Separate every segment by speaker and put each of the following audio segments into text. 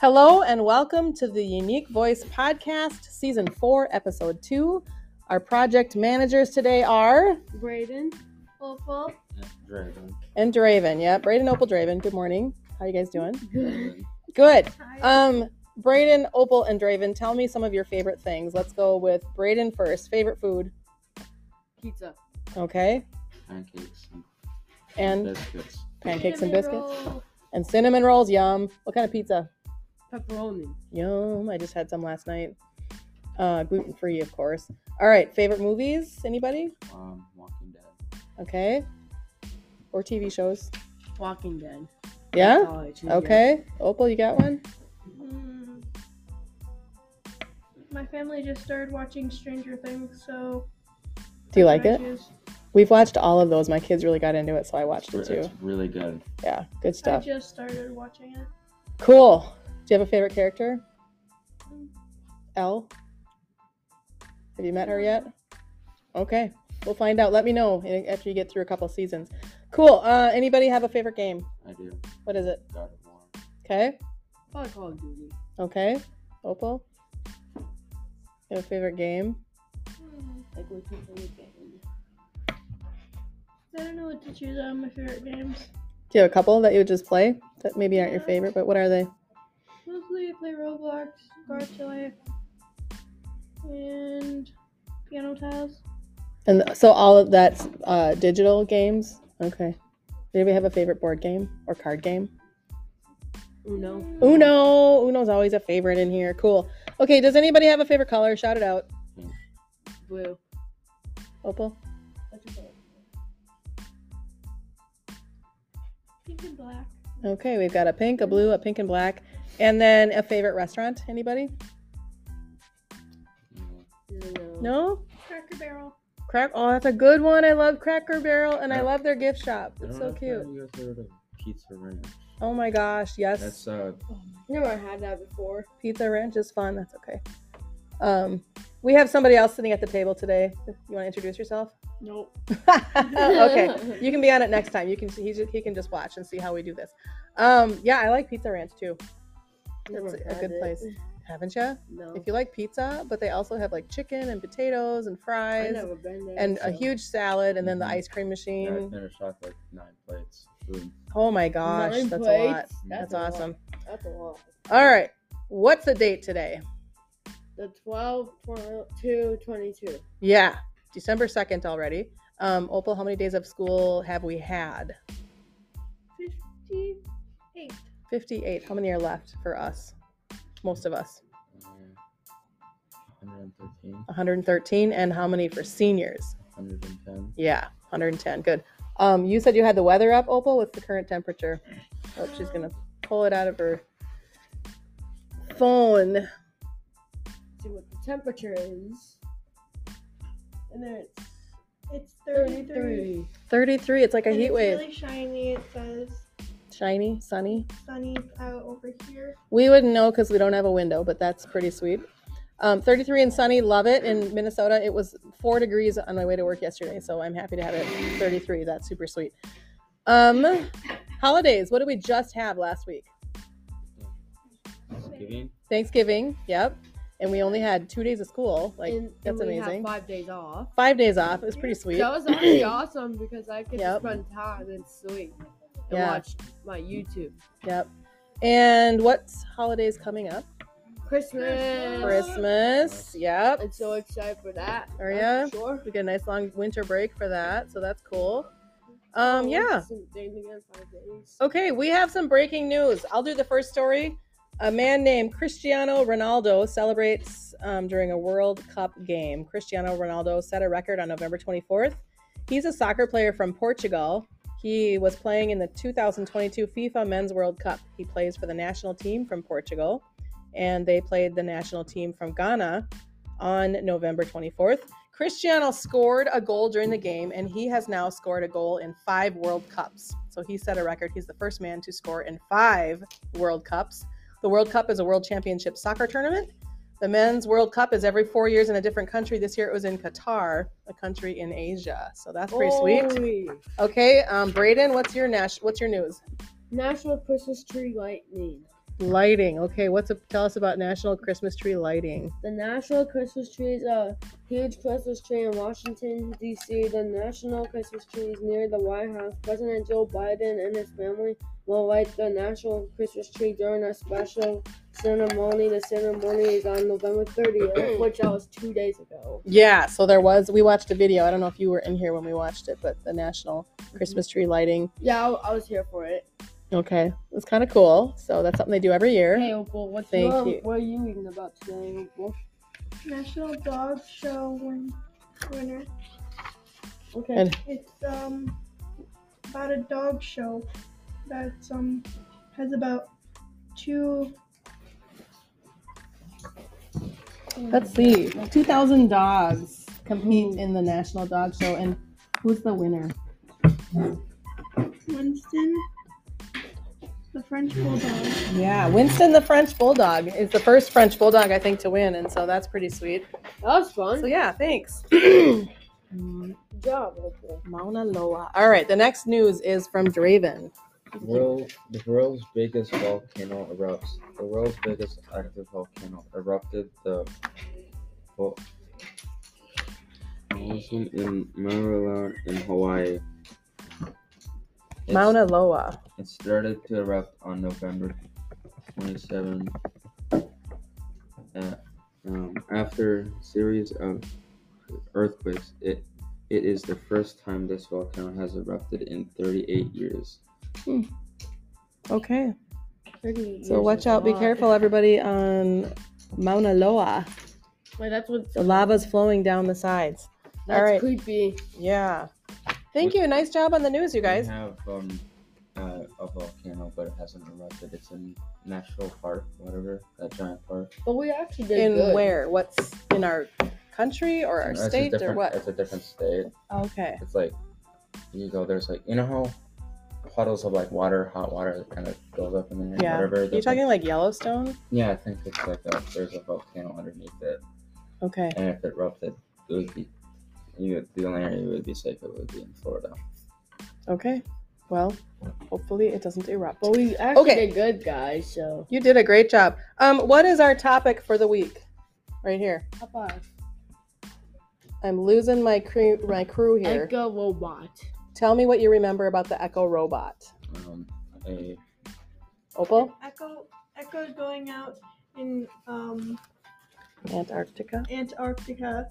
Speaker 1: Hello and welcome to the Unique Voice Podcast, Season 4, Episode 2. Our project managers today are
Speaker 2: Braden, Opal,
Speaker 3: Dragon.
Speaker 1: and Draven. Yeah, Braden Opal Draven. Good morning. How you guys doing?
Speaker 3: Dragon.
Speaker 1: Good.
Speaker 2: Tired.
Speaker 1: Um, Braden, Opal, and Draven, tell me some of your favorite things. Let's go with Braden first. Favorite food.
Speaker 2: pizza,
Speaker 1: Okay.
Speaker 3: Pancakes and,
Speaker 1: And
Speaker 3: biscuits.
Speaker 1: pancakes and
Speaker 2: Cinnamon
Speaker 1: biscuits.
Speaker 4: oh,
Speaker 2: roll,
Speaker 1: And cinnamon rolls. Yum. What kind of pizza?
Speaker 2: pepperoni,
Speaker 1: Yum. I just had some last night. Uh, gluten free, of course. All right. Favorite movies? Anybody?
Speaker 3: Um, Walking Dead.
Speaker 1: Okay. Or TV shows.
Speaker 2: Walking Dead.
Speaker 1: Yeah?
Speaker 2: That's all I choose.
Speaker 1: Okay. Opal, you got one?
Speaker 4: Mm. My family just started watching Stranger Things, so.
Speaker 1: Do you like
Speaker 4: that's what I
Speaker 1: it?
Speaker 4: choose.
Speaker 1: We've watched all of those. My kids really got into it, so I watched it
Speaker 3: It's,
Speaker 1: too.
Speaker 3: really good.
Speaker 1: Yeah, good
Speaker 4: I
Speaker 1: stuff.
Speaker 4: just started watching it.
Speaker 1: Cool. Do you have a favorite character? Elle? Have you met her yet? Okay. We'll find out. Let me know i- after you get through a couple seasons. Cool. Uh, anybody have a favorite game?
Speaker 3: I do.
Speaker 1: What is it?
Speaker 3: God of War.
Speaker 1: Okay.
Speaker 2: Probably Call of Duty.
Speaker 1: Okay. Opal? You have a favorite game?
Speaker 4: Mm.
Speaker 2: Like what people would get in.
Speaker 4: I don't know what to choose out of my favorite games.
Speaker 1: Do you have a couple that you would just play that maybe aren't your favorite, but what are they?
Speaker 4: Mostly I play Roblox, Garchomp, and Piano Tiles.
Speaker 1: And so all of that's uh, digital games. Okay. Do you have a favorite board game or card game?
Speaker 2: Uno.
Speaker 4: Hmm,
Speaker 1: Oh. Uno. Uno's always a favorite in here. Cool. Okay. Does anybody have a favorite color? Shout it out.
Speaker 2: Blue.
Speaker 1: Opal.
Speaker 2: What's your favorite?
Speaker 4: Pink and black.
Speaker 1: Okay. We've got a pink, a blue, a pink and black, and then a favorite restaurant. Anybody?
Speaker 3: Mm,
Speaker 2: Uno.
Speaker 1: No.
Speaker 4: Cracker Barrel.
Speaker 1: Crack. Oh, that's a good one. I love Cracker Barrel, and I love their gift shop.
Speaker 3: I don't
Speaker 1: It's
Speaker 3: know
Speaker 1: so
Speaker 3: if
Speaker 1: cute.
Speaker 3: You guys heard of Pizza Ranch?
Speaker 1: Oh my gosh. Yes.
Speaker 3: That's uh,
Speaker 2: Never had that before.
Speaker 1: Pizza Ranch is fun. That's okay. Um, we have somebody else sitting at the table today. You want to introduce yourself?
Speaker 2: Nope.
Speaker 1: Uh, okay, you can be on it next time. You can he, ju- he can just watch and see how we do this. Um, yeah, I like Pizza Ranch too.
Speaker 2: Never
Speaker 1: That's a
Speaker 2: had
Speaker 1: good
Speaker 2: it.
Speaker 1: place. Haven't you?
Speaker 2: No.
Speaker 1: If you like pizza, but they also have like chicken and potatoes and
Speaker 2: I've
Speaker 1: fries
Speaker 2: never been there.
Speaker 1: and a
Speaker 2: so-
Speaker 1: huge salad and then the
Speaker 3: Mhm.
Speaker 1: ice cream
Speaker 3: yeah, I
Speaker 1: machine.
Speaker 3: finished off like nine plates. of Food.
Speaker 1: Oh my gosh,
Speaker 2: Nine
Speaker 1: that's a lot.
Speaker 2: plates?
Speaker 1: That's,
Speaker 2: a lot.
Speaker 1: awesome.
Speaker 2: That's a lot.
Speaker 1: All right, what's the date today?
Speaker 2: The 12, 22, 22.
Speaker 1: Yeah, December second already. Um, Opal, how many days of school have we had?
Speaker 4: 58.
Speaker 1: Fifty-eight. How many are left for us? Most of us.
Speaker 3: Uh, 113,
Speaker 1: 113 and how many for seniors
Speaker 3: 110.
Speaker 1: yeah 110 good um you said you had the weather up opal what's the current temperature oh she's gonna pull it out of her phone
Speaker 2: See what the temperature is. And then it's
Speaker 4: It's 33.
Speaker 2: 33.
Speaker 1: 33 it's like a
Speaker 4: And
Speaker 1: heat
Speaker 4: it's
Speaker 1: wave
Speaker 4: really shiny. It says
Speaker 1: shiny sunny
Speaker 4: sunny out over here.
Speaker 1: we wouldn't know because we don't have a window but that's pretty sweet um, 33 and sunny love it in minnesota it was four degrees on my way to work yesterday so i'm happy to have it 33 that's super sweet um holidays what did we just have last week
Speaker 3: Thanksgiving.
Speaker 1: Thanksgiving, yep. And we only had two days of school. Like
Speaker 2: and,
Speaker 1: that's
Speaker 2: and we
Speaker 1: amazing.
Speaker 2: Have five days off.
Speaker 1: five days off. It was pretty sweet.
Speaker 2: That was actually awesome because I could
Speaker 1: Yep.
Speaker 2: spend time and sleep and
Speaker 1: Yeah.
Speaker 2: watch my YouTube.
Speaker 1: Yep. And what's holidays coming up?
Speaker 2: Christmas.
Speaker 1: Christmas. Yep.
Speaker 2: I'm so excited for that.
Speaker 1: Are
Speaker 2: that's
Speaker 1: ya?
Speaker 2: for Sure.
Speaker 1: We get a nice long winter break for that, so that's cool. Um, yeah. Oh,
Speaker 2: Same thing again, five days.
Speaker 1: Okay, we have some breaking news. I'll do the first story. A man named Cristiano Ronaldo celebrates um, during a World Cup game. Cristiano Ronaldo set a record on November 24th. He's a soccer player from Portugal. He was playing in the 2022 FIFA Men's World Cup. He plays for the national team from Portugal, and they played the national team from Ghana on November 24th. Cristiano scored a goal during the game, and he has now scored a goal in five World Cups. So he set a record. He's the first man to score in five World Cups. The World Cup is a world championship soccer tournament. The men's World Cup is every four years in a different country. This year it was in Qatar, a country in Asia. So that's pretty sweet.
Speaker 2: Holy.
Speaker 1: Okay, um, Braden, what's your Nash? What's your news?
Speaker 2: National Christmas Tree Lightning.
Speaker 1: Lighting. Okay, what's a, tell us about National Christmas Tree Lighting?
Speaker 2: The national Christmas tree is a huge Christmas tree in Washington, D.C. The national Christmas tree is near the White House. President Joe Biden and his family will light the national Christmas tree during a special ceremony. The ceremony is on November 30th, which that was two days ago.
Speaker 1: Yeah, so there was. We watched a video. I don't know if you were in here when we watched it, but the National Christmas Tree Lighting.
Speaker 2: Yeah, I, I was here for it.
Speaker 1: Okay, it was kind of cool. So that's something they do every year.
Speaker 2: Hey, Opal, what's
Speaker 1: Thank
Speaker 2: your,
Speaker 1: you.
Speaker 2: what are you reading about today, Opal?
Speaker 4: National Dog Show win- winner.
Speaker 2: Okay.
Speaker 1: And-
Speaker 4: It's um about a dog show that's um has about two
Speaker 1: Let's see. 2,000 dogs compete in the National Dog Show, and who's the winner?
Speaker 4: Winston, the French Bulldog.
Speaker 1: Yeah, Winston the French Bulldog is the first French Bulldog, I think, to win, and so that's pretty sweet.
Speaker 2: that was fun.
Speaker 1: So, yeah, thanks.
Speaker 2: Good job, Opal.
Speaker 1: Mauna Loa. All right, the next news is from Draven.
Speaker 3: World, the world's biggest volcano erupts. The world's biggest active volcano erupted the vol- Mountain in Maryland in Hawaii. It's-
Speaker 1: Mauna Loa.
Speaker 3: It started to erupt on November 27 at, um, after series of earthquakes. It it is the first time this volcano has erupted in 38 years.
Speaker 1: Okay,
Speaker 2: Pretty
Speaker 1: so
Speaker 2: years
Speaker 1: watch
Speaker 2: is a
Speaker 1: out. Be
Speaker 2: lot.
Speaker 1: careful, everybody, on Mauna Loa.
Speaker 2: Wait, that's what.
Speaker 1: The lava's flowing down the sides.
Speaker 2: That's
Speaker 1: All right.
Speaker 2: creepy.
Speaker 1: Yeah. Thank you. Nice job on the news, you guys.
Speaker 3: We have um, uh, a volcano, but it hasn't erupted. It's in National Park, whatever that giant park.
Speaker 2: But we actually did
Speaker 1: In
Speaker 2: good.
Speaker 1: where? What's in our country or our
Speaker 3: No, it's a
Speaker 1: state or
Speaker 3: different-
Speaker 1: what?
Speaker 3: It's a different state.
Speaker 1: Okay.
Speaker 3: It's like you go. There's like you know how puddles of like water, hot water, that kind of goes up in there.
Speaker 1: Yeah.
Speaker 3: Whatever.
Speaker 1: Are you
Speaker 3: there's, like-
Speaker 1: talking like Yellowstone?
Speaker 3: Yeah, I think it's like a, there's a volcano underneath it,
Speaker 1: Okay.
Speaker 3: and if it erupted, it would be you would, the only area you would be safe it would be in Florida.
Speaker 1: Okay. Well, hopefully it doesn't erupt.
Speaker 2: But we actually
Speaker 1: Okay.
Speaker 2: did good, guys. So
Speaker 1: You did a great job. Um, what is our topic for the week? Right here.
Speaker 2: how about
Speaker 1: I'm losing my crew my crew here.
Speaker 2: Echo Robot?
Speaker 1: Tell me what you remember about the Echo robot.
Speaker 3: Um, a
Speaker 1: Opal?
Speaker 4: Echo Echo's going out in um
Speaker 1: Antarctica.
Speaker 4: Antarctica,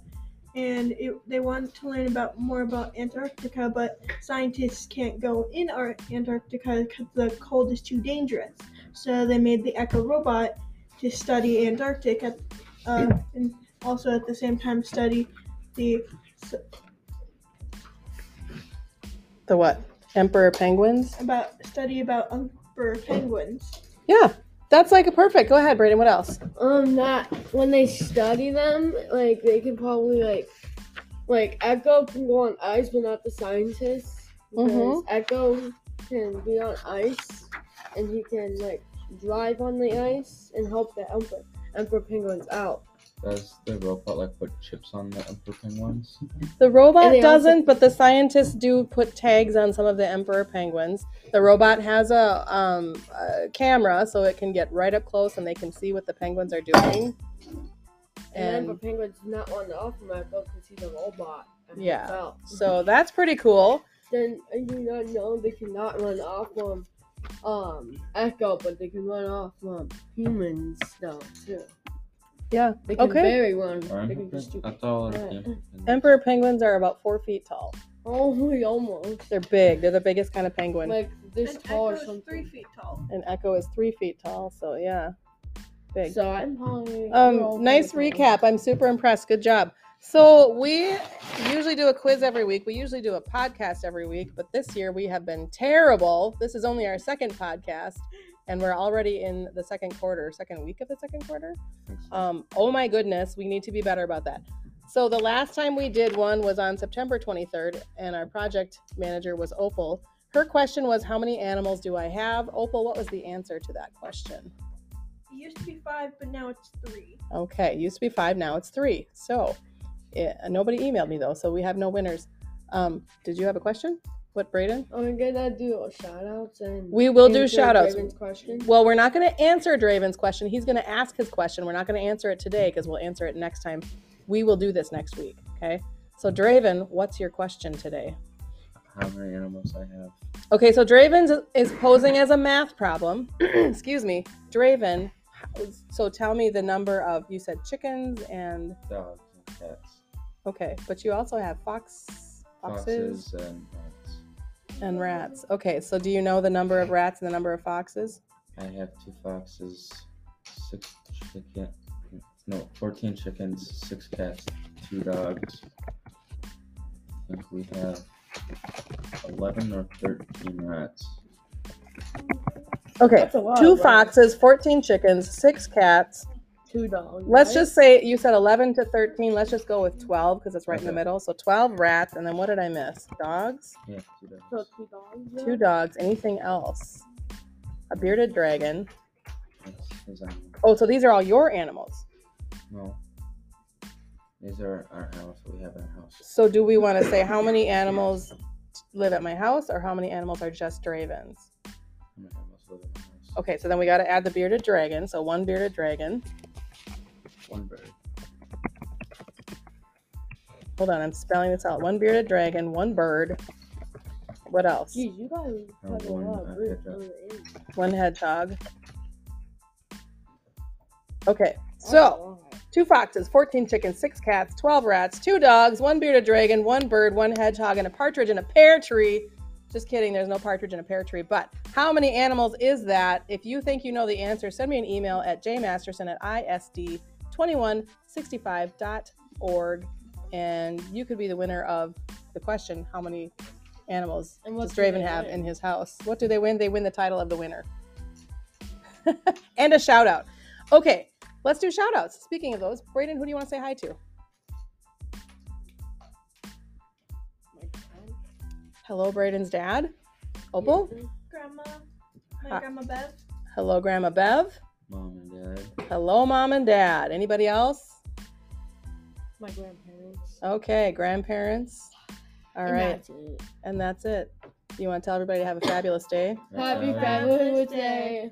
Speaker 4: and it, they want to learn about more about Antarctica, but scientists can't go in our Antarctica because the cold is too dangerous. So they made the Echo robot to study Antarctica, uh, and also at the same time study the
Speaker 1: The what? Emperor penguins?
Speaker 4: about study about umber penguins.
Speaker 1: Yeah. That's like a perfect. Go ahead, Braden. What else?
Speaker 2: Um, that when they study them, like they can probably like, like Echo can go on ice, but not the scientists. Because
Speaker 1: Mhm.
Speaker 2: Echo can be on ice, and he can like drive on the ice and help the emperor, emperor penguins out.
Speaker 3: does the robot like put chips on the emperor penguins?
Speaker 1: The robot
Speaker 2: And they also-
Speaker 1: doesn't, but the scientists do put tags on some of the emperor penguins. The robot has a, um, a camera, so it can get right up close, and they can see what the penguins are doing.
Speaker 2: And, the emperor
Speaker 1: And
Speaker 2: penguins do not want to offer Echo because he's a robot. and
Speaker 1: Yeah.
Speaker 2: helps out.
Speaker 1: so that's pretty cool.
Speaker 2: then I do not know they cannot run off from um Echo, but they can run off from humans though too.
Speaker 1: Yeah.
Speaker 2: They can
Speaker 1: Okay.
Speaker 2: vary one.
Speaker 3: Or
Speaker 2: They can just do
Speaker 3: That's all.
Speaker 2: Uh,
Speaker 3: it is.
Speaker 1: Emperor penguins are about four feet tall.
Speaker 2: oh we almost
Speaker 1: They're big. They're the biggest kind of penguin.
Speaker 2: like this
Speaker 4: and
Speaker 2: tall or
Speaker 4: Echo is three
Speaker 2: something.
Speaker 4: feet tall.
Speaker 1: and Echo is three feet tall. So yeah, big.
Speaker 2: So I'm probably
Speaker 1: Um, nice recap. I'm super impressed. Good job. So we usually do a quiz every week. We usually do a podcast every week, but this year we have been terrible. This is only our second podcast, and we're already in the second quarter, second week of the second quarter. Um, oh my goodness, we need to be better about that. So the last time we did one was on September 23rd, and our project manager was Opal. Her question was, "How many animals do I have?" Opal, what was the answer to that question?
Speaker 4: It used to be five, but now it's three.
Speaker 1: Okay, used to be five, now it's three. eh, So it, nobody emailed me though, so we have no winners. Um, did you have a question? What, Braden?
Speaker 2: I'm gonna do shout outs and
Speaker 1: We will do
Speaker 2: answer
Speaker 1: shout outs.
Speaker 2: Raven's question.
Speaker 1: Well, we're not going to answer Draven's question. He's going to ask his question. We're not going to answer it today because we'll answer it next time. We will do this next week. Okay. So, Draven, what's your question today?
Speaker 3: How many animals I have?
Speaker 1: Okay. So, Draven is posing as a math problem. Excuse me. Draven, so tell me the number of, you said chickens and,
Speaker 3: Dogs and cats,
Speaker 1: okay, but you also have fox, foxes,
Speaker 3: foxes and rats.
Speaker 1: and rats. Okay. So, do you know the number of rats and the number of foxes?
Speaker 3: I have two foxes, six chicken, no, fourteen chickens, six cats, two dogs. I think we have eleven or thirteen rats.
Speaker 1: Okay.
Speaker 2: That's a lot,
Speaker 1: Two
Speaker 2: right?
Speaker 1: foxes, 14 chickens, six cats,
Speaker 2: two dogs.
Speaker 1: Let's
Speaker 2: right?
Speaker 1: just say you said 11 to 13. Let's just go with 12 because it's right in the
Speaker 3: Okay.
Speaker 1: middle. So 12 rats. And then what did I miss? Dogs,
Speaker 3: Yeah, two
Speaker 2: So
Speaker 3: dogs.
Speaker 2: two dogs.
Speaker 1: two
Speaker 2: yeah?
Speaker 1: dogs, anything else? A bearded dragon.
Speaker 3: That's his animal.
Speaker 1: Oh, so these are all your animals.
Speaker 3: No. These are our animals that we have in our house.
Speaker 1: So do we want to say how many animals live at my house or how many animals are just Dravens?
Speaker 3: How many animals live in our house?
Speaker 1: Okay, so then we got to add the bearded dragon. So one bearded dragon.
Speaker 3: One bird.
Speaker 1: Hold on, I'm spelling this out. One bearded dragon, one bird. What else?
Speaker 2: Geez, you guys have a
Speaker 3: one,
Speaker 2: lot
Speaker 3: uh,
Speaker 2: of really
Speaker 3: hedgehog.
Speaker 2: good animals.
Speaker 1: One hedgehog. Okay,
Speaker 2: That's
Speaker 1: so.
Speaker 2: a lot.
Speaker 1: two foxes, 14 chickens, six cats, 12 rats, two dogs, one bearded dragon, one bird, one hedgehog, and a partridge in a pear tree. Just kidding, there's no partridge in a pear tree. But how many animals is that? If you think you know the answer, send me an email at jmasterson at isd2165.org. And you could be the winner of the question How many animals
Speaker 2: And what
Speaker 1: does
Speaker 2: do
Speaker 1: Draven
Speaker 2: they
Speaker 1: have
Speaker 2: win?
Speaker 1: in his house? What do they win? They win the title of the winner. and a shout out. Okay, Let's do shout outs. Speaking of those, Brayden, who do you want to say hi to?
Speaker 2: Like,
Speaker 1: Hello, Brayden's dad, Opal.
Speaker 4: Grandma, my
Speaker 1: Hi.
Speaker 4: grandma Bev.
Speaker 1: Hello, Grandma Bev.
Speaker 3: Mom and dad.
Speaker 1: Hello, Mom and Dad. Anybody else?
Speaker 2: My grandparents.
Speaker 1: Okay, grandparents. All
Speaker 2: And
Speaker 1: right,
Speaker 2: that's it.
Speaker 1: and that's it. You want to tell everybody to have a fabulous day?
Speaker 2: Happy
Speaker 3: Uh,
Speaker 4: Fab-
Speaker 2: Fabulous
Speaker 4: Fabulous
Speaker 2: Day.